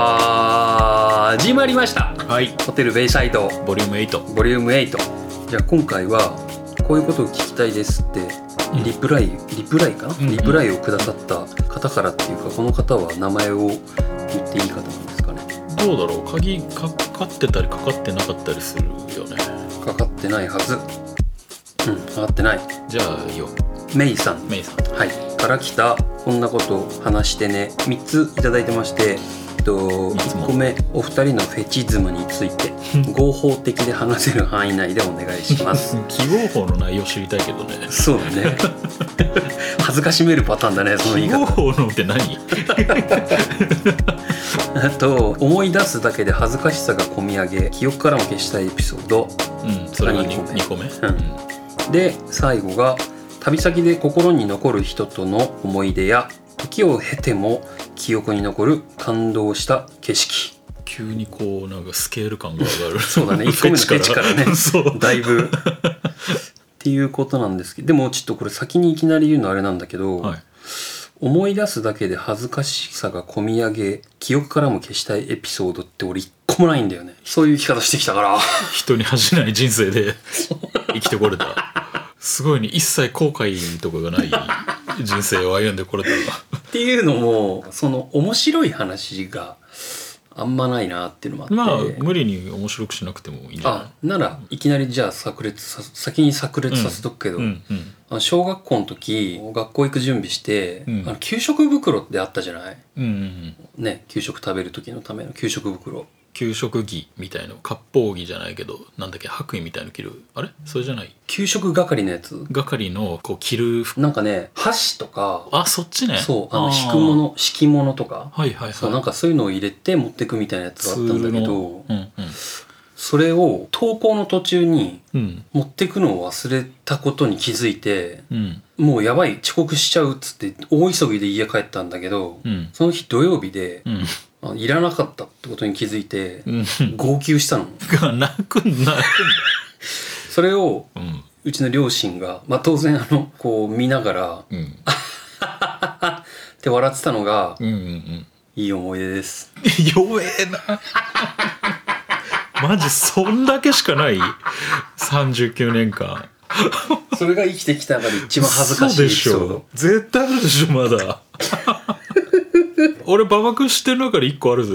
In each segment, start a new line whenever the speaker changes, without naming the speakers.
あー始まりました
はい
ホテルベイサイド
ボリューム8
ボリューム8じゃあ今回はこういうことを聞きたいですって
うん
リプライ、リプライかな、
うんうん
リプライをくださった方からっていうかこの方は名前を言っていい方なんですかね
どうだろう鍵かかってたりかかってなかったりするよね
かかってないはずうんかかってない
じゃあいいよ
メイさん
メイさん
はい、から来たこんなこと話してね3ついただいてまして、えっと、
いつも
1個目お二人のフェチズムについ て合法的で話せる範囲内でお願いします
記号法の内容知りたいけどね
そうだ ね恥ずかしめるパターンだねその言
記
い
号
方
法のって 何
あと思い出すだけで恥ずかしさがこみ上げ記憶からも消したいエピソード
うんそれが 2,
何
個目
うんで最後が旅先で心に残る人との思い出や時を経ても記憶に残る感動した景色
急にこうなんかスケール感が上がる
そうだね1個目のフ ェチからね
そう
だいぶっていうことなんですけどでもちょっとこれ先にいきなり言うのあれなんだけど、
はい
思い出すだけで恥ずかしさがこみ上げ記憶からも消したいエピソードって俺一個もないんだよねそういう生き方してきたから
人に恥じない人生で 生きてこれたすごいね一切後悔とかがない人生を歩んでこれ た
っていうのもその面白い話があんまないなっていうのもあって、
まあ無理に面白くしなくてもいいんじゃない
あならいきなりじゃあ炸裂さ先に炸裂させとくけど、
うんうん
あの小学校の時学校行く準備して、
うん
あの給食袋ってあったじゃない
うんうんうん
ね給食食べる時のための給食袋
給食着みたいな割烹着じゃないけどなんだっけ白衣みたいの着るあれそれじゃない
給食係のやつ
係のこう着る服
なんかね箸とか
あそっちね
そうあの
ー
引くもの敷物とか
はいはいはい
そうなん
か
かそういうのを入れて持ってくみたいなやつがあったんだけど
うん
それを登校の途中に
うんうん
持ってくのを忘れたことに気づいて
うん
もうやばい遅刻しちゃうっつって大急ぎで家帰ったんだけど
うん
その日土曜日で
うん
あいらなかったってことに気づいて
うん
号泣したの
が泣くんだ
それを
うん
うちの両親が、まあ、当然あのこう見ながら
うん
って笑ってたのが
うんうんうん
いい思い出です
弱えな マジそんだけしかない39年間
それが生きてきた中で一番恥ずかし
嘘
いエ
で
ピ
し
ソー
ょ
ド
絶対あるでしょまだ 俺ババ君知ってる中で1個ある ぜ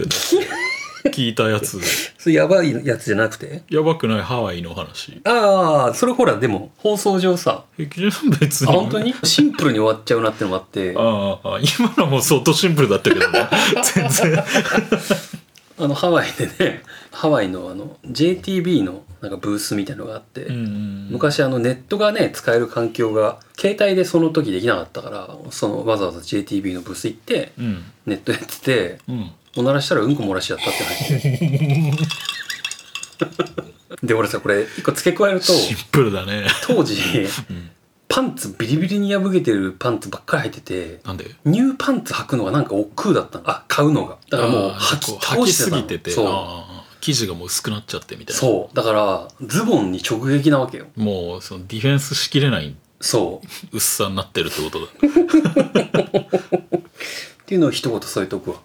聞いたやつ
それやばいやつじゃなくて
やばくないハワイの話
ああそれほらでも放送上さ
え別
あ
に
本当にシンプルに終わっちゃうなってのもあってあ
ああああ今のも相当シンプルだったけど ね全然
のハワイでね ハワイのあの JTB のなんかブースみたいのがあって、
ん
昔あのネットがね使える環境が携帯でその時できなかったからそのわざわざ JTB のブース行って
うん
ネットやってて
うん
おならしたらうんこ漏らしちゃったって話で俺さこれ一個付け加えると
シンプルだね、
当時
うん、
パンツビリビリに破けてるパンツばっかり履いてて
なんで
ニューパンツ履くのがなんか億劫だったのあ買うのがだからもう
あー
履き
こう
倒
履き
して
す
たの
ぎててあ
そ
あ生地がもう薄くなっちゃってみ
う
たいな
そうだからズボンに直撃なわけよ
もうそのディフェンスしきれない
そう
薄さになってるってことだ
っていうのを一言添えとくわ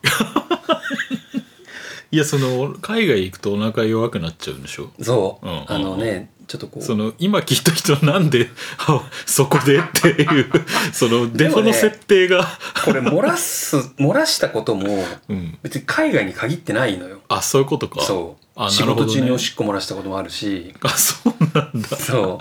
いやその海外行くとお腹弱くなっちゃうんでしょ
そう、
うんうんうん
あのねちょっとこう
その今聞いた人なんであそこでっていう そのデフォの設定が、
これ漏らす 漏らしたことも
うん
別に海外に限ってないのよ
あそういうことか
そう、
あ
仕
なるほど
事
ね
中におしっこ漏らしたこともあるし
あそうなんだ
そ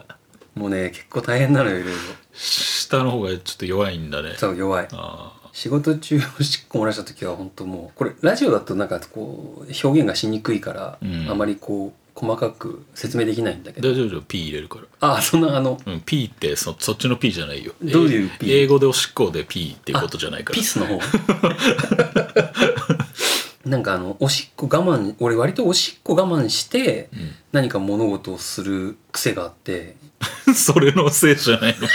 うもうね結構大変なのよいろい
下の方がちょっと弱いんだね
ろそう弱い
ああ
仕事中おしっこ漏らした時は本当もうこれラジオだとなんかこう表現がしにくいから、
うん
あまりこう細かく説明できないんだけど
大丈夫大丈夫 P 入れるか
ああそんなあの
ら、うん、P ってそそっちの P じゃないよ
どういう P？
英英語でおしっこで P っていうことじゃない から
ピスの方なんかあのおしっこ我慢俺割とおしっこ我慢して
うん
何か物事をする癖があって
それのせいじゃないの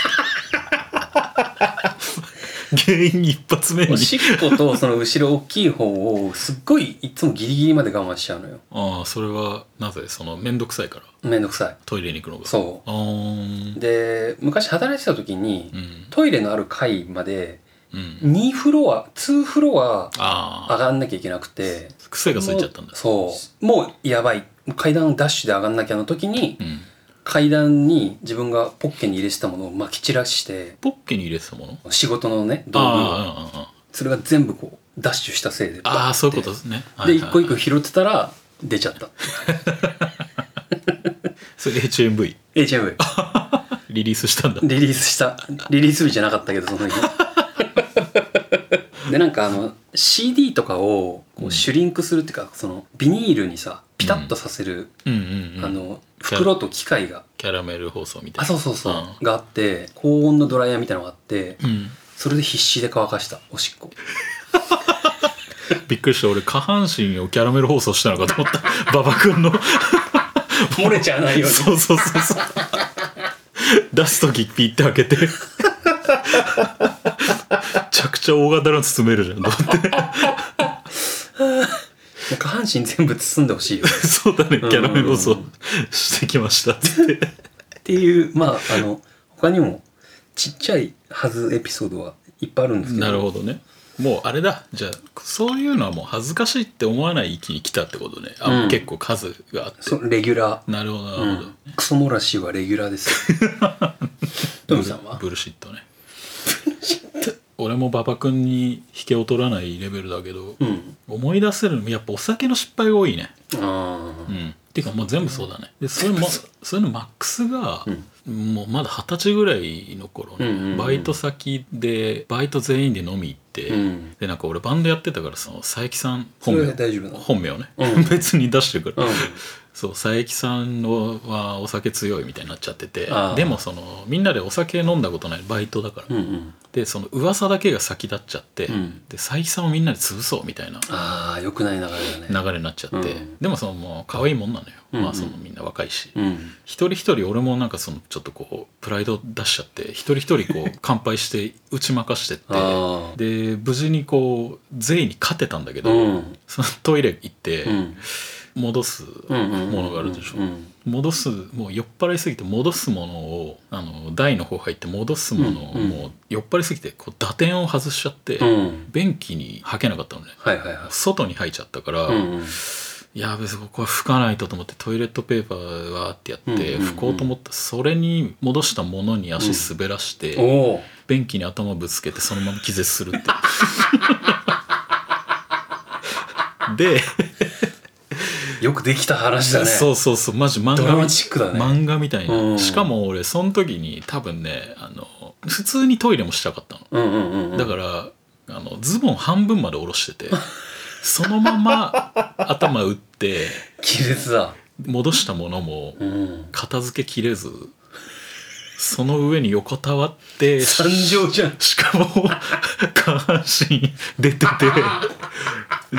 原因一発目に
おしっことその後ろ大きい方をすっごいいつもギリギリまで我慢しちゃうのよ
ああそれはなぜその面倒くさいから
めんどくさ
トイレに行くの
い
がう
そ
あー
うで昔働いてた時に
うん
トイレのある階まで
うん
2フロア2フロア
ああ
上がんなきゃいけなくて
癖がついちゃったんだ
そうもうやばい階段ダッシュで上がんなきゃの時に
うん
階段に自分がポッケに入れてたものをまき散らして
ポッケに入れてたもの
仕事のね道具を
ああうんうんうん
それが全部こうダッシュしたせいで
ああそういうことですねはい
で
はい
一個一個拾ってたら出ちゃった
それ HMV
HMV
リリースしたんだ
リリースしたリリース日じゃなかったけどそ の日でなんかあの CD とかを
う
こ
ん
うシュリンクするっていうか、そのビニールにさピタッとさせる、
うんうんうん
あの袋と機械が
キャラメル包装みたいな
あそうそうそう、
う
があって高温のドライヤーみたいなのがあって
うん
それで必死で乾かしたお しっこ
びっくりした俺下半身をキャラメル包装したのかと思った 馬場君の
漏れちゃわないように
そうそうそうそう出す時ピッて開け てめちゃくちゃ大型の包めるじゃんと思って
下半身全部包んでほしいよ
そうだねキャラメル包
う
装
んうん
してきましたって
っていうまああの他にもちっちゃいはずエピソードはいっぱいあるんですけど
なるほどねもうあれだじゃあそういうのはもう恥ずかしいって思わない域に来たってことねあ、
うん
結構数があって
そうレギュラー
なるほどな
う
るほど、
ん、クソ漏らしはレギュラ ーですよトミさんは
ブルシットね俺も馬場君に引けを取らないレベルだけど、
うん
思い出せるのやっぱお酒の失敗が多いね
あ
う
あ
んていうかもう全部そうだねでそれもそういうのマックスが、もうまだ二十歳ぐらいの頃ね、
うんうんうん
バイト先でバイト全員で飲み行って、
うん
でなんか俺バンドやってたからその佐伯さん
そ
本
れ
名
は大丈夫なの
本名ね、
うん
別に出してるから、
うん
そう佐伯さんのはお酒強いみたいになっちゃってて
あー
でもそのみんなでお酒飲んだことないバイトだから、
うんうん
でその噂だけが先立っちゃって、
うん
で佐伯さんをみんなで潰そうみたいな
ああよくない流れだね
流れになっちゃって、
うん
でもそのもう可愛いもんなのよ、
うんうん
まあそのみんな若いし、
うん
一人一人俺もなんかそのちょっとこうプライド出しちゃって一人一人 こう乾杯して打ち負かしてって
ああ
で無事にこう全員に勝てたんだけど、
うん
そのトイレ行って
うん
戻す、
うんうん
ものがあるでしょ
うん
戻すもう酔っ払いすぎて戻すものをあの台の方入って戻すものを、
うんうん
もう酔っ払いすぎてこう打点を外しちゃって、
うん
便器に吐けなかったのね
はいはいは
外に吐いちゃったから、
いうんうん
やべえここは拭かないとと思ってトイレットペーパーわーってやって
うんうんうん
拭こうと思ったそれに戻したものに足滑らして、
おお
便器に頭ぶつけてそのまま気絶するって で、
よくできた話だね
そうそうそうマジ漫
ド
画
ラマ
み
チックだね
漫画みたいな、
うん
しかも俺その時に多分ねあの普通にトイレもしたかったの
うんうんうんうん
だからあのズボン半分まで下ろしててそのまま頭打って
気絶だ
戻したものも
うん
片付けきれずその上に横たわって
惨状じゃん
しかも下半身出てて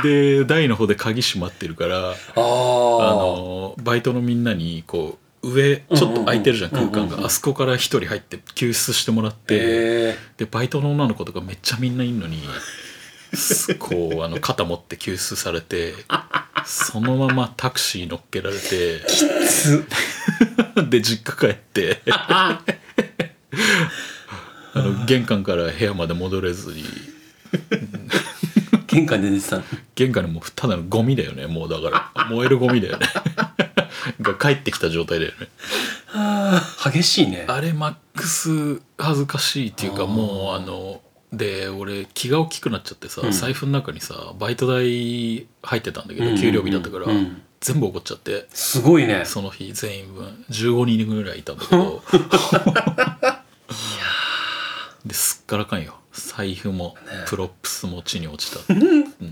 で台の方で鍵閉まってるからあ
ああ
のバイトのみんなにこう上ちょっと空いてるじゃん
うんうんう
空
ん
間
うんうんうん
があそこから一人入って救出してもらって
え
でバイトの女の子とかめっちゃみんないんのにすこうあの肩持って救出されてそのままタクシー乗っけられて。
えつ
で実家帰ってあの玄関から部屋まで戻れずに
玄関で寝てたの
玄関にもうただのゴミだよねもうだから燃えるゴミだよね が帰ってきた状態だよね
激しいね
あれマックス恥ずかしいっていう
あ
か
ー
もうあので俺気が大きくなっちゃってさ、
うん
財布の中にさバイト代入ってたんだけ
うんう
ど
んうん
給料日だったから、
うん
全部怒っちゃって
すごいね
その日全員分15人ぐらいいたんだ けどですっからかんよ財布もプロップスも地に落ちた、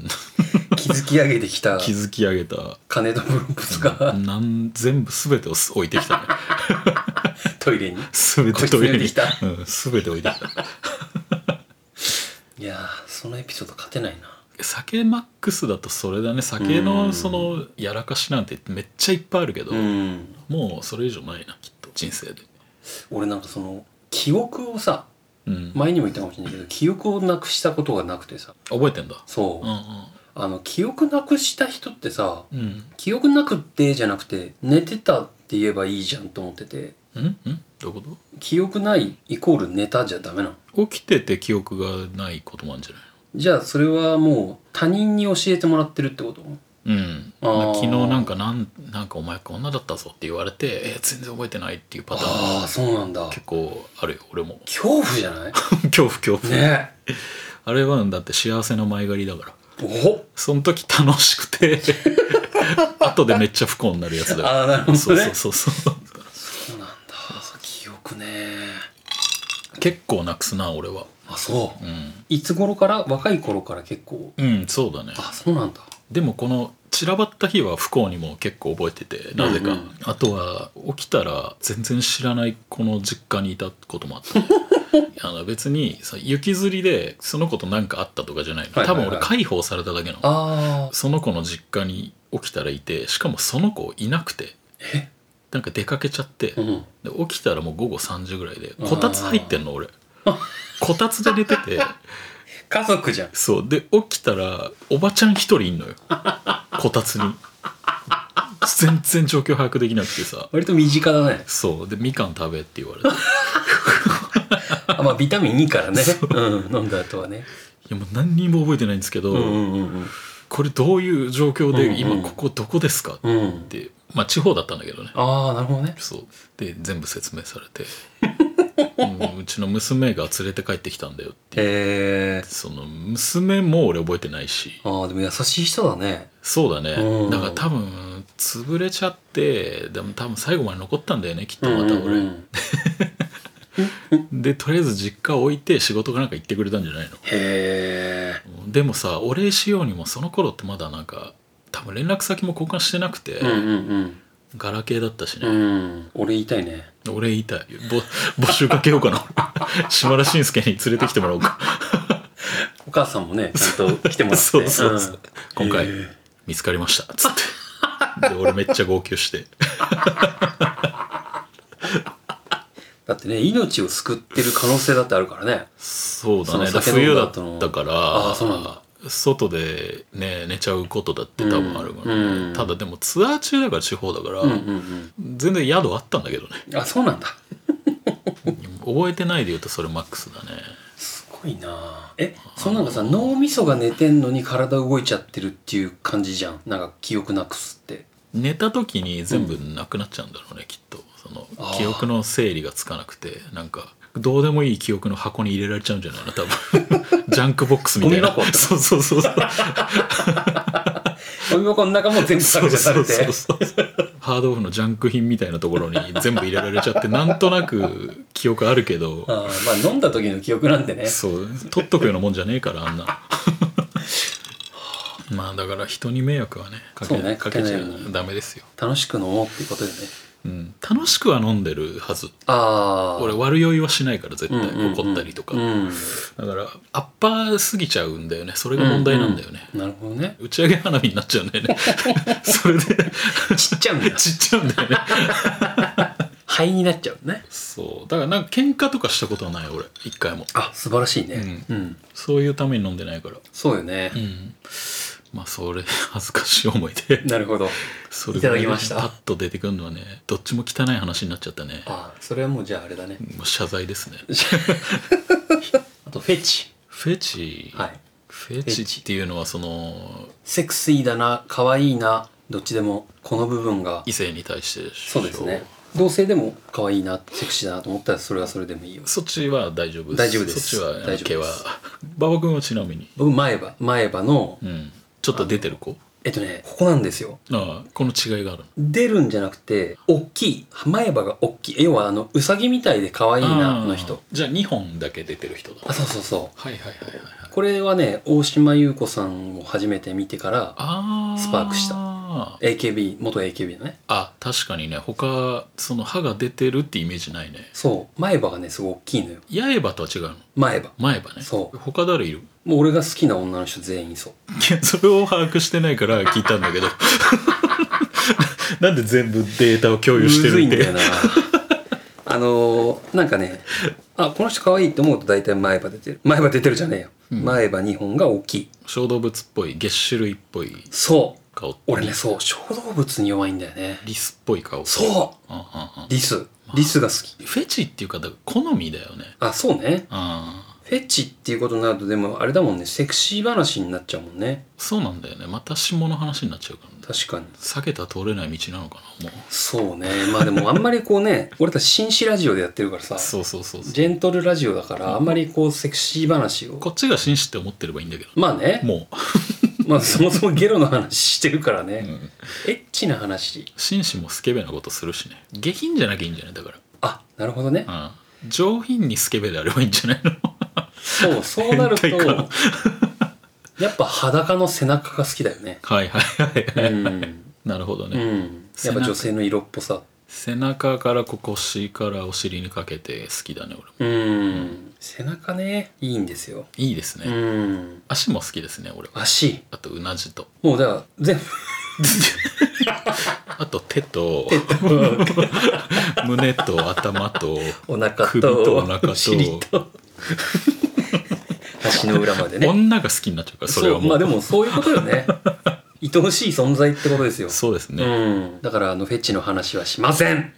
築き上げてきた
築き上げた
金とブロップスが
なん全部全てをす置いてきたね
トイレに
全てトイレ
こ
に
いつ置いてき
うん、全て置いてきた
いやーそのエピソード勝てないな
酒マックスだとそれだね酒のそのやらかしなんてめっちゃいっぱいあるけど、
うん
もうそれ以上ないなきっと人生で
俺なんかその記憶をさ
うん、
前にも言ったかもしれないけど記憶をなくしたことがなくてさ
覚えてんだ
そうう、
ん
あの記憶なくした人ってさ
うんうん
記憶なくってじゃなくて寝てたって言えばいいじゃんと思ってて
うんうんどういうこ
記憶ないイコール寝たじゃダメなの
と起きてて記憶がないこともあるんじゃない
じゃあそれはもう他人に教えてもらってるってこと
うん、
あー
昨日なんかなん「なんかお前こんなだったぞ」って言われて「えー全然覚えてない」っていうパターン
ああそうなんだ
結構あるよ俺も
恐怖じゃない
恐怖恐怖、
ね
あれはだって幸せの前借りだから
お
その時楽しく て後でめっちゃ不幸になるやつだよ
ああなるほどね
そうそうそうそう
そうなんだ記憶ね
結構なくすな俺は
あそう
うん、
いつ頃から若い頃から結構
うん、そうだね
あそうなんだ
でもこの散らばった日は不幸にも結構覚えててなぜか、
うんうん
あとは起きたら全然知らないこの実家にいたこともあったね あの別にさ雪吊りでその子と何かあったとかじゃないの、
はいはいは
多
い
分俺解放されただけなの
あ
その子の実家に起きたらいてしかもその子いなくて
え
なんか出かけちゃって
あうん
で起きたらもう午後3時ぐらいで
あー
こたつ入ってんの俺こたつで寝て て
家族じゃん
そうで起きたらおばちゃん一人いんのよこたつに全然状況把握できなくてさ
割と身近だ ね
そうでみかん食べって言われてい
あまあビタミン2からねうん飲んだ後はね
やもう何にも覚えてないんですけど、
うんうん
これどういう状況で、
うんうん
今ここどこですかっ
うんうん
てまあ地方だったんだけどね
ああなるほどね
そうで全部説明されて、うんうちの娘が連れて帰ってきたんだよっていう
へえ
その娘も俺覚えてないし
ああでも優しい人だね
そうだね、
うん
だから多分潰れちゃってでも多分最後まで残ったんだよねきっとまた俺、
うんうんうん
でとりあえず実家置いて仕事かなんか行ってくれたんじゃない
へえ
のでもさお礼しようにもその頃ってまだなんか多分連絡先も交換してなくて、
うんうん
ガラケーだったし
うんう
ね、
ん俺言いたいね
俺言いたいぼ 募集かけようか な島田紳介に連れてきてもらおうか
お母さんもねちゃんと来ても らって
そうそうそう、
ん
今回、
へー
見つかりましたつってで俺めっちゃ号泣して
だってね命を救ってる可能性だってあるからね
そうだね
その酒飲
冬
ん
だ
だ
っ
後の
たから
あそうなんだ
外でね寝ちゃうことだって多分あるから、ね
うんうん
ただでもツアー中だから地方だから、
うんうん
全然宿あったんだけどね
うんあそうなんだ
覚えてないで言うとそれマックスだね
すごいなえそのなんかさ脳みそが寝てんのに体動いちゃってるっていう感じじゃんなんか記憶なくすって
寝た時に全部なくなっちゃうんだろうね、きっとその
あー
記憶の整理がつかなくてなんかどうでもいい記憶の箱に入れられちゃうんじゃないの多 分ジャンクボックスみたいな
ゴミ箱
そうそうそうそう
ゴミ箱の中も全部削除されて
そうそうそうそうハードオフのジャンク品みたいなところに全部入れられちゃってなんとなく記憶あるけど
あーまあ飲んだ時の記憶なんでね
そう取っとくようなもんじゃねえからあんなまあだから人に迷惑はねかけ
そうね
かけちゃ
かけないように
ダメですよ、
楽しく飲もうっていうことよね
うん、楽しくは飲んでるはず
ああ
俺悪酔いはしないから絶対
うんうんうん
怒ったりとか、
うん
だからアッパー過ぎちゃうんだよねそれが問題なんだよね、
なるほどね
打ち上げ花火になっちゃうんだよ ねそれで
ちっちゃいんだよ
散っちゃうんだよね
肺になっちゃうね
そうだからなんか喧嘩とかしたことはない俺一回も
あ素晴らしいねうん、
そういうために飲んでないから
そうよね
う、んまあそれ恥ずかしい思いで
なるほど
それ
いただきました
パッと出てくるのはねどっちも汚い話になっちゃったね
あそれはもうじゃああれだね
もう謝罪ですね
あとフェチ
フェチ、
はい
フェチっていうのはその
セクシーだな可愛いなどっちでもこの部分が
異性に対してでしょ
そうですね同性でも可愛いなセクシーだなと思ったらそれはそれでもいいよ
そっちは大丈夫です
大丈夫で
そ
す
っちは
大丈夫です
毛は馬場君はちなみに
僕前歯前歯の
うんちょっと出てる子
えっとねここなんですよ
ああこの違いがある
出るんじゃなくて大きい前歯が大きい要はあのウサギみたいで可愛いな
ああ
の人
じゃあ2本だけ出てる人だ
あそうそうそう
はいはいはいはいはい
これはね大島優子さんを初めて見てから
あ
スパークした
た
AKB 元 AKB のね
あ確かにね他その歯が出てるってイメージないね
そう前歯がねすごい大きいのよ
八重歯とは違うの
前歯
前歯ね
そう
他誰いる
もう俺が好きな女の人全員そう
いやそれを把握してないから聞いたんだけど なんで全部データを共有して
むず
る
い
っ
ん
て
だよなあのーなんかねあこの人可愛いと思うと大体前歯出てる前歯出てるじゃねえよ、
ん
前歯2本が大きい
小動物っぽい月種類っぽい
そう
顔って
俺ねそう小動物に弱いんだよね
リスっぽい顔
そ
うんうんうん
うリスリスが好き
フェチっていうかだから好みだよね
あそうね
あ
フェチっていうことになるとでもあれだもんねセクシー話になっちゃうもんね
そうなんだよねまた下の話になっちゃうからね
確かに
避けたら通れない道なのかなも
そうねまあでもあんまりこうね 俺たち紳士ラジオでやってるからさ
うそうそうそうそう
ジェントルラジオだからあんまりこうセクシー話を
こっちが紳士って思ってればいいんだけど
まあね
も
まあそもそもゲロの話してるから
う、う
ね
ん、
エッチな話
紳士もスケベなことするしね下品じゃなきゃいいんじゃないだか
あなるほどね
ら、うん、上品にスケベであればいいんじゃない の
そうそうなると
変態か
やっぱ裸の背中が好きだよね
はいはいはいは
う
い、
ん、
なるほど
う
ね、
ん、やっぱ女性の色っぽさ
背中からこう腰からお尻にかけて好きだね俺も
うん背中ねいいんですよ
いいですね、
うん
足も好きですね俺は
足
あとうなじと
もうだから全 部
あと手と
と
胸と頭 と
お腹
首とお腹
と
と
お 尻と足の裏までね
女が好きになっちゃうからそれは
うま
も
あ
う
でもそういうことよね愛おしい存在ってことですよ
そうですね、
うん、だからあのフェチの話はしませ ん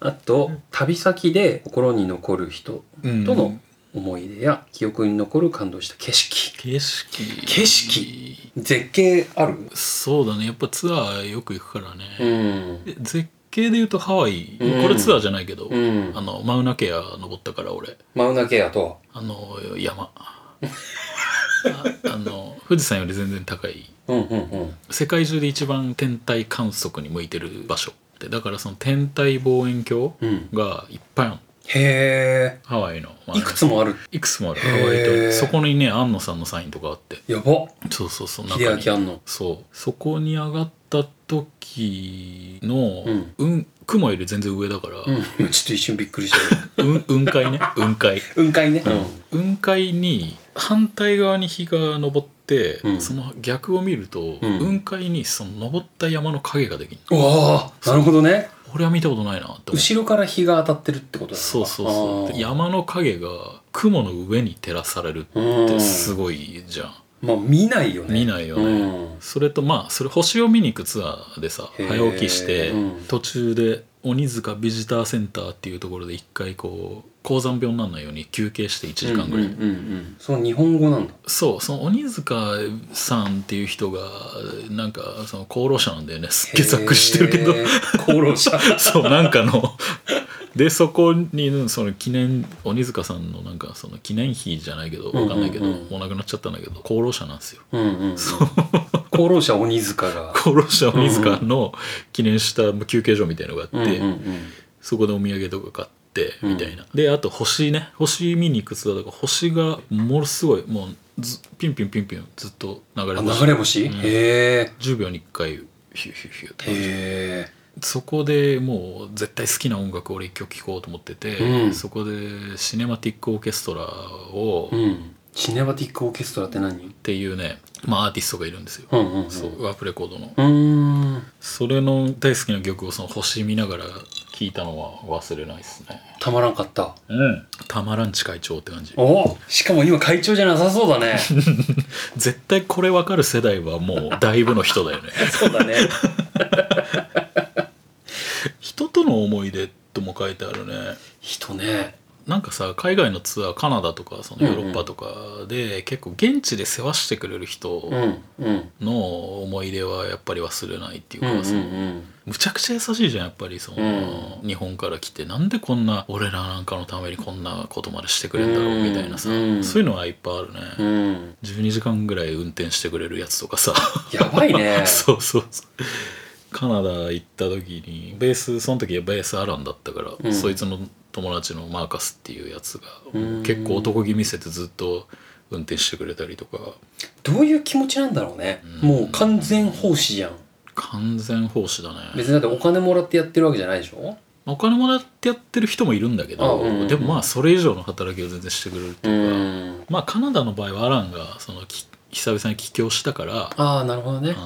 あと旅先で心に残る人
うん
との思い出や記憶に残る感動した景色
景色
景色絶景ある
そうだねやっぱツアーよく行くから
う
ね、
ん
で絶景で言うとハワイ、
うん
これツアーじゃないけど、
うん
あのマウナケア登ったから俺
マウナケアと
あの山ああの富士山より全然高い
うんうんうん
世界中で一番天体観測に向いてる場所でだからその天体望遠鏡
うん
がいっぱいあるの
へ
ハワイの、まあ
えいくつもある
いくつもある
へ
ハ
ー
ワイとそこにね安野さんのサインとかあって
やば
そうそうそう
秀
中に
明あんの
そうそこに上がった時の、
うん
うん、雲より全然上だから、
うんちょっと一瞬びっくりした よ
うん、雲海ね雲海
雲海ね
雲海に反対側に日が昇って、
うん
その逆を見ると、
うん
雲海にその昇った山の影ができる
うんうわあなるほどね
俺は見たことないなって思う
後ろから日が当たってるってことだ
そうそうそうで
や
山の影が雲の上に照らされるってすごいじゃん、
まあ見ないよね
見ないよね、
うん
それとまあそれ星を見に行くツアーでさ
へー
早起きして、
うん
途中で鬼塚ビジターセンターっていうところで一回こう高山病にならないように休憩して1時間ぐらい、
うんうんうんうんその日本語なんだ
そうその鬼塚さんっていう人がなんかその功労者なんだよねすっげえざっくりしてるけど
へー功労者
そうなんかのでそこにうんその記念鬼塚さんのなんかその記念碑じゃないけどわかんないけど、
うんうんうん
もう亡くなっちゃったんだけど功労者なんですよ
うんうんうん功労者鬼塚が
功労者鬼塚の記念した休憩所みたいのがあって、
うんうんうん
そこでお土産とか買って
うん
みたいな、であと星ね星見に行くツアーだから星がものすごいもうずピンピンピンピンずっと流れ
あ
星
流れ星へ
うん
え
10秒に1回ヒューヒューヒューって感じ
へえ
そこでもう絶対好きな音楽を俺一曲聴こうと思ってて、
うん
そこでシネマティックオーケストラを、
う
っ
んシネマティックオーケストラって何
ていうね、まあ、アーティストがいるんですよ、
うんうんん
そうワープレコードの、
うーん
それの大好きな曲をその星見ながら聴いたのは忘れないですね
たまらんかった
うんたまらんち会長って感じ
おしかも今会長じゃなさそうだ ね
絶対これ分かる世代はもうだいぶの人 だよね
そうだね
人との思い出とも書いてあるね
人ね
なんかさ海外のツアーカナダとかそのヨーロッパとかで結構現地で世話してくれる人
うんうん
の思い出はやっぱり忘れないっていう
う
か、
んうん
その
うん
むちゃくちゃ優しいじゃんやっぱりその、日本から来てなんでこんな俺らなんかのためにこんなことまでしてくれんだろうみたいなさ、
うん
そういうのはいっぱいあるね、
うん
12時間ぐらい運転してくれるやつとかさ
やばい ね
そうそうそうカナダ行った時にベースその時はベースアランだったから、
うん
そいつの友達のマーカスっていうやつが
うん
結構男気見せてずっと運転してくれたりとか
どういう気持ちなんだろうね、もう完全奉仕じゃん
完全奉仕だね
別にだってお金もらってやってるわけじゃないでしょ
お金もらってやってる人もいるんだけ
あ
ど、
うん
でもまあそれ以上の働きを全然してくれるっていうか、
ん
まあカナダの場合はアランがそのき久々に帰郷したから、
ああなるほどね
うん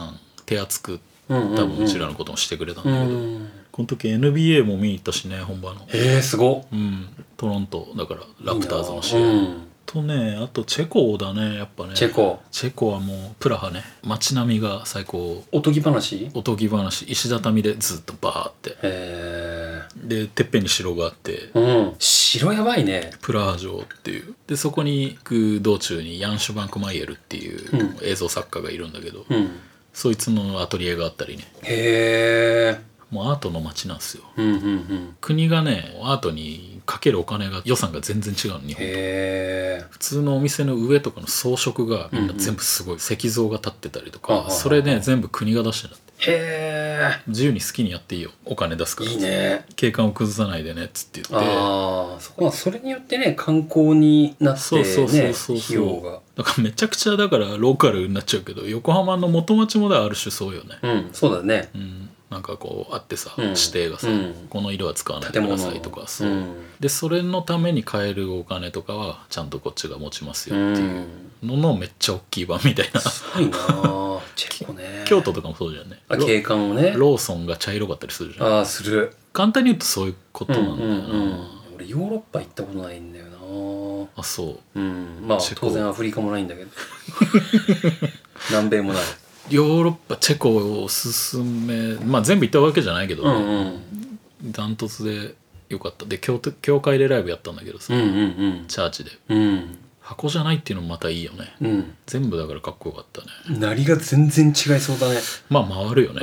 手厚く
多
多分うちらのこともしてくれたんだけ
う
ど、
ん
この時 NBA も見に行ったしね本場の、
えー、すごっ
うん、トロントだからラプターズの試合
いいなうん
とねあとチェコだねやっぱね
チェコ
チェコはもうプラハね街並みが最高
おとぎ話
おとぎ話石畳でずっとバーって
え
でてっぺんに城があって
ー、うん城やばいね
プラハ城っていうでそこに行く道中にヤン・シュバンクマイエルっていう
う
映像作家がいるんだけど、
うん
そいつのアトリエがあったりね
へえ
もうアートの街なんですよ
うんうんうん
国がねアートにかけるお金が予算が全然違うの日本
へえ
普通のお店の上とかの装飾がみんな全部すごい、石像が立ってたりと
はあは
か
あ
それね全部国が出してるんだって
へ
自由に好きにやっていいよお金出すか
え
ら
いいね
景観を崩さないでねっつって言って
ああそこはそれによってね観光になって
そう
ね
そうそう
費
そう
用が
だからめちゃくちゃだからローカルになっちゃうけど横浜の元町もだからある種そうよね
うんそうだね
うんなんかこうあってさ、
うん
指定がさ、
うん
この色は使わないで
建
くだ
物
さ
の
いとかそう、
ん
でそれのために買えるお金とかはちゃんとこっちが持ちます
う
よっていうんうののめっちゃ大きい版みたいな
すごいなあチェコね
京都とかもそうじゃんね
あ
ロ
景観をね
ローソンが茶色かったりするじゃん
ああする
簡単に言うとそういうこと
うんう
なん
ん
だよな、
うん俺ヨーロッパ行ったことないんだよな
あそう
うんまあ
チェコ
当然アフリカもないんだけど 南米もない
ヨーロッパチェコをおすすめまあ全部行ったわけじゃないけど
う
ね、
んうん
ダントツでよかったで教教会でライブやったんだけどさ、
うんうん
チャーチで
うん
箱じゃないっていうのもまたいいよね
うん
全部だからかっこよかったね
うん鳴りが全然違いそうだね
まあ回る よね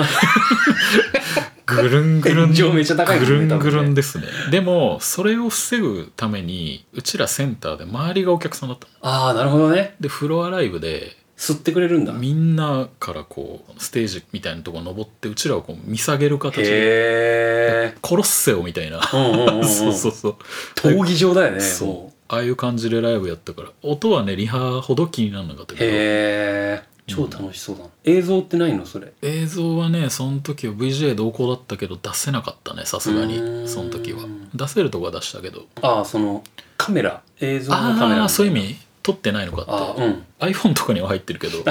ぐるんぐるん
天井めっちゃ高いも
ぐ
んね
るんぐ
多
る
分
ん
ね
ですねでもそれを防ぐためにうちらセンターで周りがお客さんだったの
ああなるほどね
でフロアライブで
吸ってくれるんだへ
みんなからこうステージみたいなとこ登ってうちらをこう見下げる形で
え
コロッセオみたいな
うんうんうん、うん、
そうそうそう
闘技場だよね
そ
そう
ああいう感じでライブやったから音はねリハほど気にならなかった
う
けど
へえ超楽しそうだな、映像ってないのそれ
映像はねその時は VJ 同行だったけど出せなかったねさすが
うー
に
ん
その時は出せるとこは出したけど
ああそのカメラ映像のカメラみたい
あ
な
あそういう意味撮ってないのか
あ
っ
あ
て
うん
iPhone とかには入ってるけど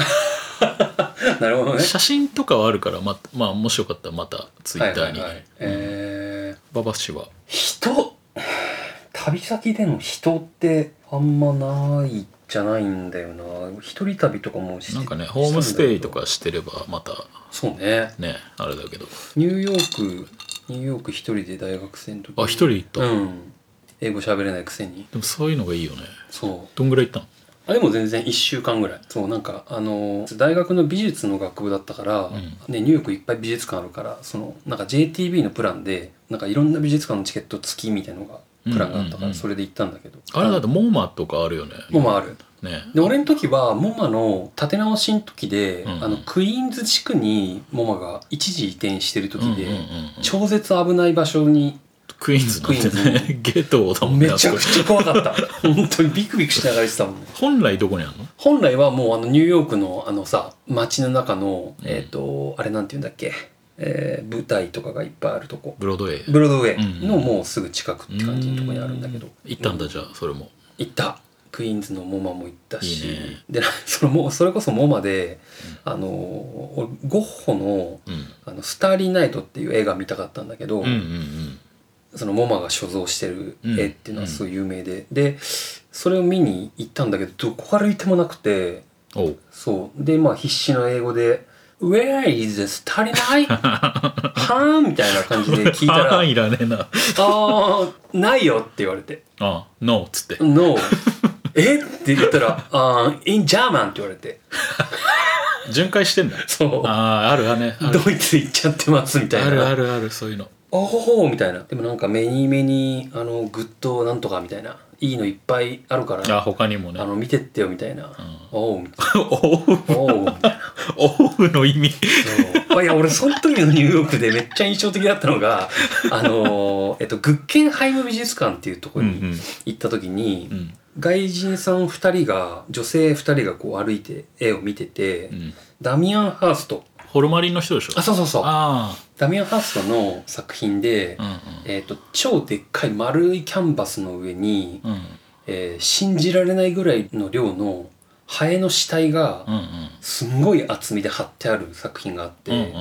なるほどね
写真とかはあるからままあもしよかったらまたツイッターに
はいはいはいえー、
馬場氏は
人旅先での人ってあんまないじゃないんだよな一人旅とかもして
なんかねホームステイとかしてればまた
そうね
ねあれだけど
ニューヨークニューヨーク一人で大学生の時
あ一人行った、
うん英語喋れないくせに
でもそういうのがいいよね
そう
どんぐらい行ったの
あでも全然1週間ぐらいそうなんかあのー大学の美術の学部だったから、
ん
ね、ニューヨークいっぱい美術館あるからそのなんか JTB のプランでなんかいろんな美術館のチケット付きみたいなのがプラン
う
があった
んうん
か
うん
らそれで行ったんだけど、
あれだってモーマとかあるよね。
モマある
ね。
で俺の時はモマの立て直しの時で、
うんうん
あのクイーンズ地区にモマが一時移転してる時で、
うんうんうんうん
超絶危ない場所に
クイーンズなんて
クイーン
ね、ゲートだもんね。
めちゃく
あそこ
ちゃ怖 かった本当にビクビクしながら行ってたもんね
本来どこにあるの
本来はもうあのニューヨークのあのさ街の中の、
うん
えっ、とあれなんて言うんだっけ、えー舞台とかがいっぱいあるとこ
ブロードウェイ。
ブロードウェイの
うん
もうすぐ近くって感じのとこにあるんだけど
うーん行ったんだ、
う
じゃあ、それも。
行ったクイーンズのモマも行ったし
いいね
でなそのもうそれこそモマで、あの俺ゴッホの
うん。
「あのスターリーナイト」っていう映画見たかったんだけど、
うんうんうん。
そのモマが所蔵してる絵っていうのはすごい有名で、でそれを見に行ったんだけどどこ歩いてもなくて。
おう。
そう。で、まあ必死の英語で、Where is this? 足り ないはぁみたいな感じで聞いたら、
あー
あ
いらねえな。
あー、ないよって言われて、
あ、ノーっつって。
No. えって言ったら、あー in German って言われて、
巡回してんだ。
そう。
ああ、あるあるね。ある
ドイツ行っちゃってますみたいな。
あるあ
る。
るある、そういうの。
おほほみたいな。でもなんか、目に目に、あの、グッドなんとかみたいな。いいのいっぱいあるから、
あ、他にもね
あ。の、見てってよみたいな。おう、みた い
オフ、
な。おう、みたいな。
オフの意味。
そういや俺その時のニューヨークでめっちゃ印象的だった のがあのー、えっと、グッケンハイム美術館っていうとこ
うん
ろ
う
に
ん
行った時に、
うん
外人さん2人が女性2人がこう歩いて絵を見てて、
うん。
ダミアン・ハースト
ホルマリンの人でしょ
あそうそうそう
あ
ダミアン・ハーストの作品で、
あ。
えっと超でっかい丸いキャンバスの上に、
うんうん。うん
えー信じられないぐらいの量のハエの死体が
うんうん。
すんごい厚みで貼ってある作品があって。
うんうんうんうん。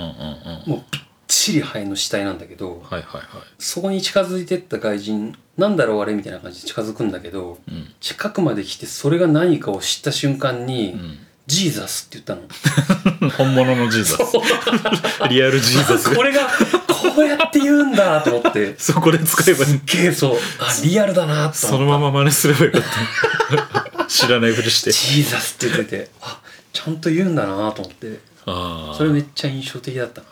もうピッチしりハエの死体なんだけど
はいはいは
そこに近づいてった外人なんだろうあれみたいな感じで近づくんだけど
いうん
近くまで来てそれが何かを知った瞬間に「ジーザス」って言ったの。
うん、本物のジーザ
そう
スリアルジーザス
これがこうやって言うんだと思って
そこで使えば
すっげえそうあリアルだなと
その
思っ
まま真似すればよかった知らないふりしてて
ジーザスって言っててあちゃんと言うんだなと思って
あ
それ
あ
めっちゃ印象的だったな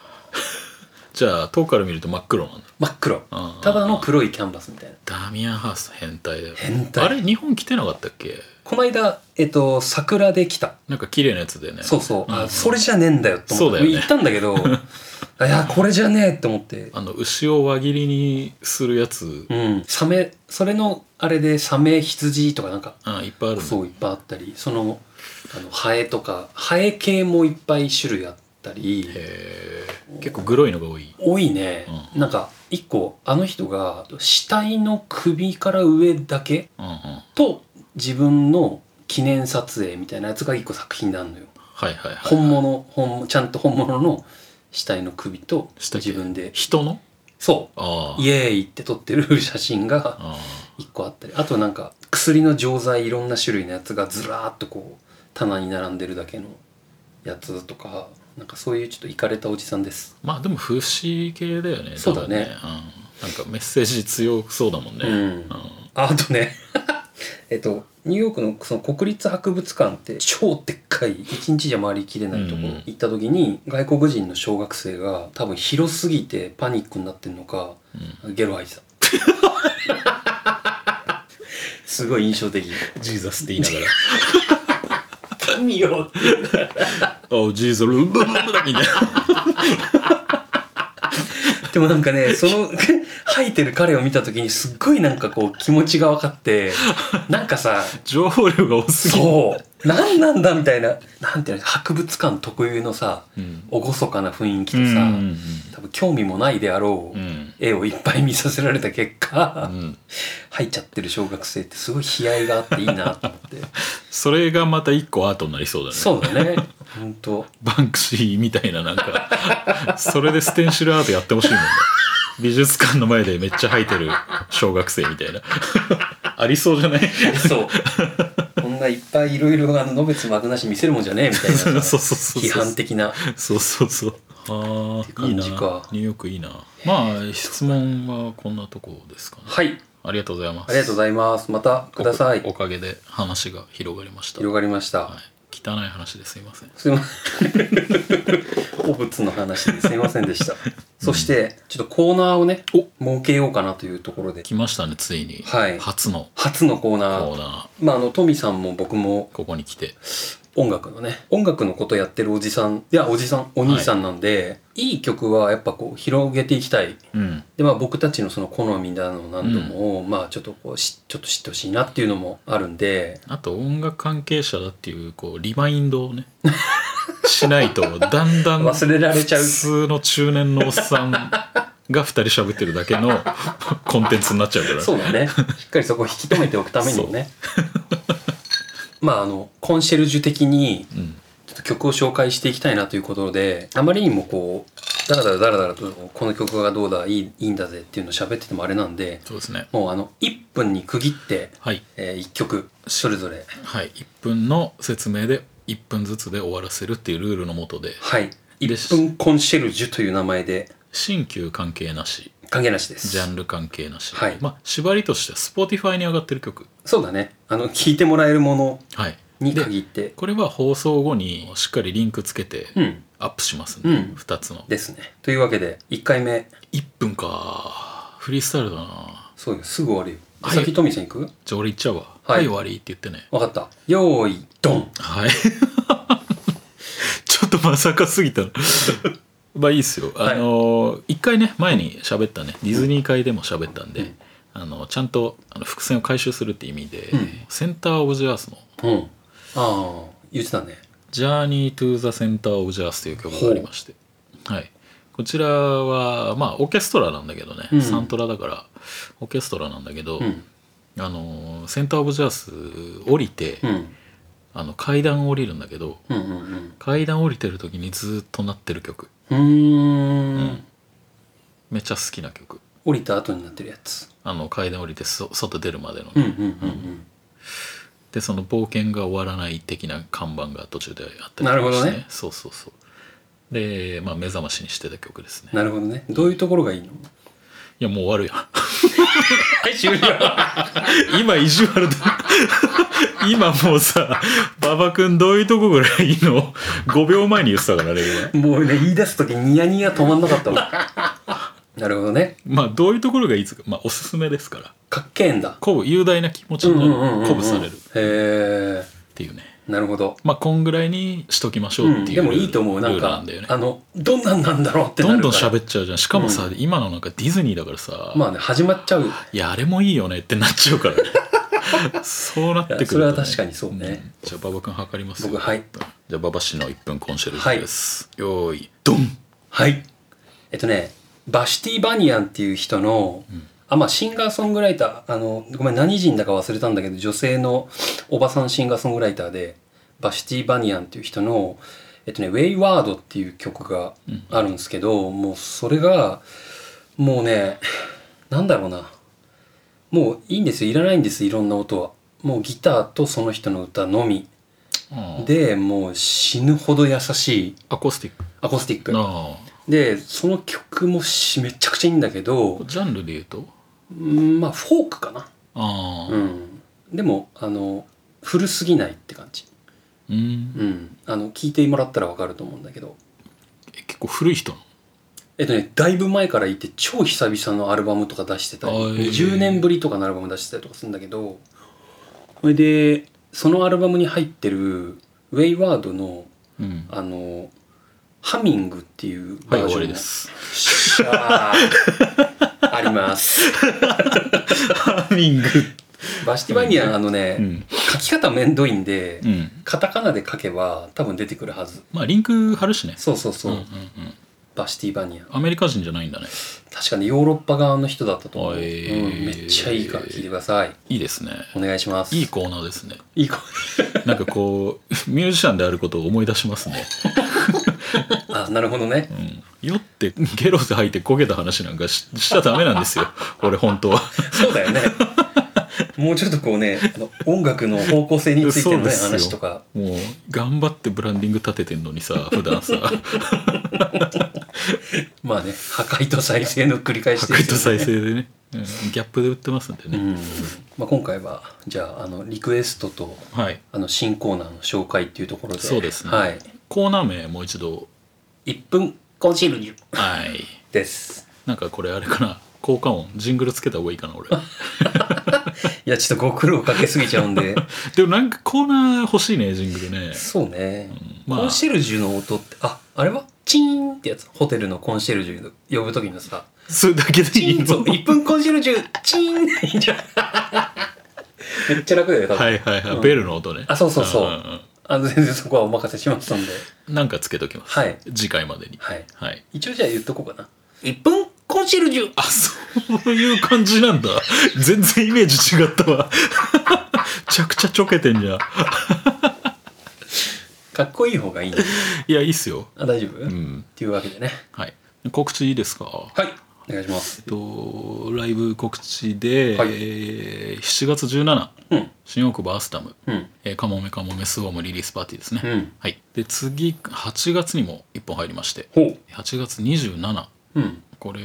じゃあ遠くから見ると真っ黒なんだ
真っ黒
あー
ただの黒いキャンバスみたいな
ダミアン・ハースト変態だよ
変態
あれ日本来てなかったっけ
この間えっと桜で来た
なんか綺麗なやつだよね
そうそう、
ん
あそれじゃねえんだよと思
そう
っ
だ
て、
よね
言ったん だけどあいやこれじゃねえって思って
あの牛を輪切りにするやつ、
うんサメそれのあれでサメ羊とかなんか
あいっぱいあるね
そういっぱいあったりそのあのハエとかハエ系もいっぱい種類あったり
へえ結構グロいのが多い
多いね、
うん
なんか一個あの人が死体の首から上だけ
うんうん
と自分の記念撮影みたいなやつが一個作品になるのよ
はいはいはい
本物本ちゃんと本物の死体の首と
下着
自分で
人の
そ
あ
うイエーイって撮ってる写真が
あ
一個あったりあとなんか薬の錠剤いろんな種類のやつがずらーっとこう棚に並んでるだけのやつとかなんかそういうちょっといかれたおじさんです、
まあでも風刺系だよね
そうだね
多分うん、なんかメッセージ強そうだもんね、
う
うん
んああとね えっとニューヨークのその国立博物館って超でっかい一日じゃ回りきれないと
うん
ころ
うん
行った時に外国人の小学生が多分広すぎてパニックになってんのか
うん
ゲロ吐いてた すごい印象的
ジーザスって言いながら
神よ
「おジーザルブブブブ」みたいな
でもなんかねその 吐いてる彼を見た時にすっごいなんかこう気持ちが分かってなんかさ
情報量が多すぎる
そう何なんだみたいななんていうの博物館特有のさ
うん
厳かな雰囲気
う
と
ん
さ、
うん
多分興味もないであろう、
うん
絵をいっぱい見させられた結
う
果、
ん
入っちゃってる小学生ってすごい悲哀があっていいなと思って
それがまた一個アートになりそうだね
そうだね本当
バンクシーみたいななんかそれでステンシルアートやってほしいもんね美術館の前でめっちゃ吐いてる小学生みたいなありそうじゃない
そうこんないっぱいいろいろあののべつ幕なし見せるもんじゃねえみたいな
そう
さ
そうそう
批判的な
そうそうそうあ
て
あいい
感
な
じ
ニ
か
ューヨークいいなまあ質問はこんなとこですかね
はい
ありがとうございます
ありがとうございますまたください
おおかげで話が広がりました
広がりました、
はい、汚い話ですいません
すいません汚物の話ですいませんでした、そしてちょっとコーナーをね設けようかなというところで
来ましたねついに、
はい
初の
初のコーナー
コーナー
まあ、あのトミさんも僕も
ここに来て
音楽のね音楽のことやってるおじさんいやおじさんお兄さんなんで、い、い曲はやっぱこう広げていきたい
うん
で、まあ、僕たちのその好みだの何度も、まあちょっとこうしちょっと知ってほしいなっていうのもあるんで
あと音楽関係者だっていうこうリマインドをねしないとだんだん
忘れられちゃう
普通の中年のおっさんが2人喋ってるだけのコンテンツになっちゃうから
そうだねしっかりそこを引き止めておくためにもね まああのコンシェルジュ的に
うん
ちょっと曲を紹介していきたいなということであまりにもこうダラダラダラダラとこの曲がどうだいいいいんだぜっていうのを喋っててもあれなんで
そうですね
もうあの1分に区切って、
はい、
え1曲それぞれ
はい、1分の説明で1分ずつで終わらせるっていうルールのもとで
はい
です
1分コンシェルジュという名前で
新旧関係なし
関係なしです
ジャンル関係なし、
はい
まあ縛りとしては Spotify に上がってる曲
そうだねあの聞いてもらえるもの
はい
に
で
限って
これは放送後にしっかりリンクつけて
うん
アップしますんで、
うん
2つの
ですねというわけで1回目
1分かフリースタイルだな
そうよすぐ終わるよ
はい
先トミーさん行く
じゃあ俺行っちゃうわ
は
はいい、終わりって言ってね
わかった用意ドン
はい ちょっとまさかすぎた なまあいいっすよ
は
あ
い
のー一、回ね前に喋ったねディズニー会でも喋ったんで、
うん
あのちゃんとあの伏線を回収するって意味で、
うん
センター・オブ・ジャースの
うんああ言ってたね
「ジャーニー・トゥ・ザ・センター・オブ・ジャース」という曲がありまして、はい、こちらはまあオーケストラなんだけどね、
うん
サントラだからオーケストラなんだけど、
うん
あのーセンター・オブ・ジャース降りて、
うん
あの階段を降りるんだけど
うんうん
階段降りてる時にずっと鳴ってる曲
うんうーん
めっちゃ好きな曲
降りた後になってるやつ
あの階段降りてそ外出るまでの、
うんうんうん
でその冒険が終わらない的な看板が途中であったりとかして
なるほどね
そうそうそうで、まあ、目覚ましにしてた曲ですね
うんなるほどねどういうところがいいの
いやもう終わるやん
はい終了
今意地悪だ今もうさ馬場君どういうとこぐらいいいの5秒前に言ってたからね今
もうね言い出す時ニヤニヤ止まんなか ったわなるほどね
まあどういうところがいいですかまあおすすめですから
かっけえんだ
鼓舞雄大な気持ちになる鼓舞されるっ
へ
ていうね
えなるほど
まあこんぐらいにしときましょう
う
っ
ん、
ていうルー
で
ル、
もいいと思うなん
ルール
か
なんだよね
あのどんなんなんだろうってな
どん
るか
どん
ら
喋っちゃうじゃんしかもさ、今のなんかディズニーだからさ、
まあね始まっちゃう
いやあれもいいよねってなっちゃ うからねそうなってくると、
いやそれは確かにそうね
んじゃあ馬場君測りますよ
僕はい
じゃあ馬場氏の1分コンシェルジュです、よーいドン
はいえっとねバシティ・バニアンっていう人の、あまあシンガーソングライターあのごめん何人だか忘れたんだけど女性のおばさんシンガーソングライターでバシティ・バニアンっていう人のえっとね「ウェイワード」っていう曲が
うん
あるんですけど、もうそれがもうねなんだろうなもういいんですよいらないんですいろんな音はもうギターとその人の歌のみ
あー
でもう死ぬほど優しい
アコースティック
アコースティック
あ
でその曲もしめちゃくちゃいいんだけど
ージャンルで言うと
うんまあフォークかな
ああ
うんでもあの古すぎないって感じ
うん、
うんあの聞いてもらったらわかると思うんだけど
え結構古い人なの
えっとねだいぶ前からいて超久々のアルバムとか出してたり
あーへー
10年ぶりとかのアルバム出してたりとかするんだけどそれでそのアルバムに入ってる「ウェイワードの
うん
あの「ハミング」っていう
は
バ
い終
ージョン
わり
も
です
しゃ ーあります
ハミング
バシティバニアンあのね、
うん、
書き方めんどいんで、
うん、
カタカナで書けば多分出てくるはず
まあリンク貼るしね
そうそうそう、
んうんうん、
バシティバニアン
アメリカ人じゃないんだね
確かにヨーロッパ側の人だったと思う、
へー
うん、めっちゃいいから聞いてください
いいですね
お願いします
いいコーナーですね
いい子
なんかこう ミュージシャンであることを思い出しますね、
あなるほどね
うん、酔ってゲロで吐いて焦げた話なんかししちゃダメなんです よ俺本当は
そうだよねもうちょっとこうねあの音楽の方向性についての、
そうで
ね、
すよ
話とか
もう頑張ってブランディング立ててんのにさ普段 さ
まあね破壊と再生の繰り返し
破
ですよ
壊
ね
と再生でね、うん、ギャップで売ってますんで
う
ね、
んまあ、今回はじゃああのリクエストと
はい
あの新コーナーの紹介っていうところで
そうですね
はい、
コーナー名もう一度
1分コンシールジュ
はい
です
なんかこれあれかな効果音ジングルつけた方がいいかな俺
いやちょっとご苦労かけすぎちゃう んで
でもなんかコーナー欲しいねジングルね
そうね、
うんまあ
コンシェルジュの音ってああれはチーンってやつホテルのコンシェルジュ呼ぶ時のさ
それだけで
チ
いい
ーンそう
の
1分コンシェルジュ チーンでいいんじゃんめっちゃ楽だよ多分、
はいはいはい、
うん
ベルの音ね
あそうそうそうん
ん
あの全然そこはお任せしますんで
うんなんかつけときます、
はい
次回までに
はい
はい
一応じゃあ言っとこうかな1分コンシェルジュ
あそういう感じなんだ全然イメージ違ったわ めちゃくちゃちょけてんじゃん
かっこいい方がいいね
いやいいっすよ
あ大丈夫、
う
っ
ん
ていうわけでね
はい告知いいですか
はいお願いします
えっとライブ告知で、
はい
えー7月17
うん
新大久保アスタム、
うん
えーカモメカモメスウォームリリースパーティーですね、
うん
はいで次8月にも1本入りまして
ほう
8月27
うん
これ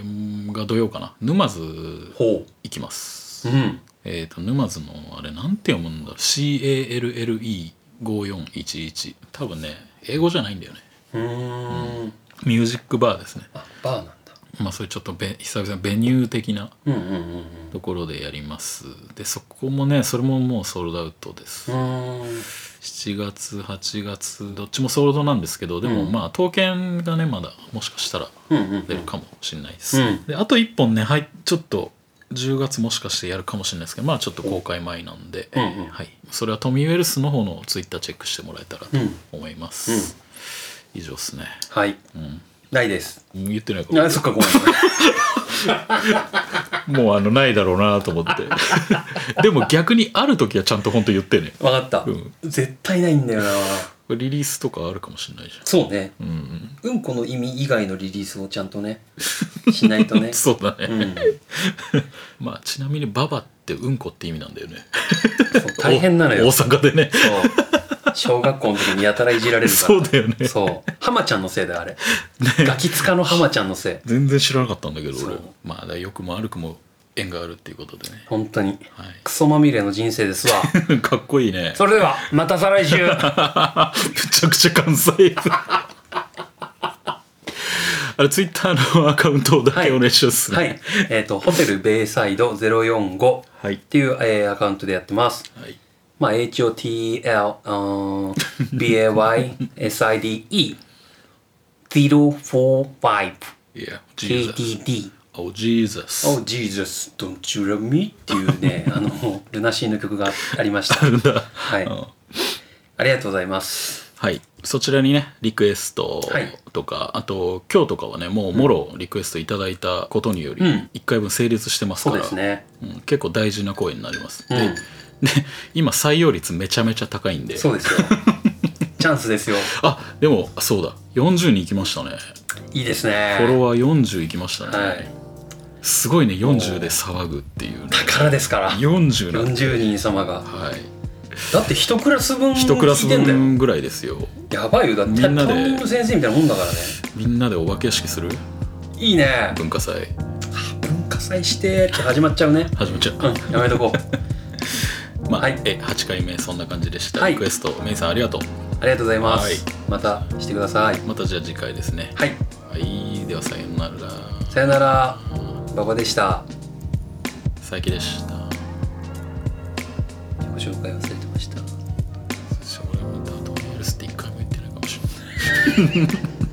が土曜かな沼津
ほ
行きます
ううん
えっ、と沼津のあれなんて読むんだ CALLE5411 多分ね英語じゃないんだよね
うーん
ミュージックバーですね
あバーなんだ
まあそれちょっとべ久々にベニュー的な
うんうんうんうん
ところでやりますでそこもねそれももうソールドアウトです、
うん
7月8月どっちもソールドなんですけどでも、
うん
まあ刀剣がねまだもしかしたら
うんうん
出るかもしれないです、
うん
であと1本ね、はい、ちょっと10月もしかしてやるかもしれないですけどまあちょっと公開前なんで、
うんうん
はい、それはトミー・ウェルスの方のツイッターチェックしてもらえたらと
うん
思います、
うん
以上ですね、
はい
うん、
ないです
言ってないか
あ
ら
そっかごめん
もうあのないだろうなと思って でも逆にある時はちゃんと本当言ってね
分かった
うん
絶対ないんだよな
リリースとかあるかもしれないじゃ
そうね
ん、うんうん、
うんこの意味以外のリリースをちゃんとねしない とね
そうだね、
うん、
まあちなみにババってうんこって意味なんだよね
そう大変なの
お
よそ
大阪でね
う小学校の時にやたらいじられるか
そ
ら
うだよね
そう浜ちゃんのせいだよあれ、ガキ使の浜ちゃんのせい
全然知らなかったんだけど
そ
俺
う
まあだから良くも悪くも縁があるっていうことでね
本当に
は
クソまみれの人生ですわ
い かっこいいね
それではまた再来週
めちゃくちゃ関西 風あれツイッターのアカウントだけお願いしますね
はいえっ、とホテルベイサイド045っ
はい
ていう、えーアカウントでやってます
はい
まあ、HOTLBAYSIDE045
いや Jesus
KTD
Oh Jesus
Oh Jesus Don't you love me っていうね あのルナシーの曲がありました
あるんだ
はい
うん
ありがとうございます
はいそちらにねリクエスト
はい
とか、あと今日とかはねもうもろリクエストいただいたことにより
うん
1回分成立してます
そ
か
う
ら、
ですね
うん結構大事な声になります
う
で,、
ん
で今採用率めちゃめちゃ高いんで
そうですよ チャンスですよ
あでもそうだ40に行きましたね
いいですね
フォロワー40いきましたね、
はい
すごいね40で騒ぐっていうね
宝ですから
40なん
40人様が
はい
だって一クラス分
一クラス
聞いてんだよ
分ぐらいですよ
やばいよだって
みんなで
担任の先生みたいなもんだからね
みんなでお化け屋敷する
いいね
文化祭
文化祭してって始まっちゃうね
始めちゃう
うんやめとこう
まあ、
はい
え8回目そんな感じでした、
はい
リクエストメイさんありがとう
ありがとうございます、
はい
またしてください
またじゃあ次回ですね
はい
はいではさようなら
さよなら馬場でした
佐伯でした
自己紹介忘れてました
それまたあとメールスティッカーも言ってないかもしれない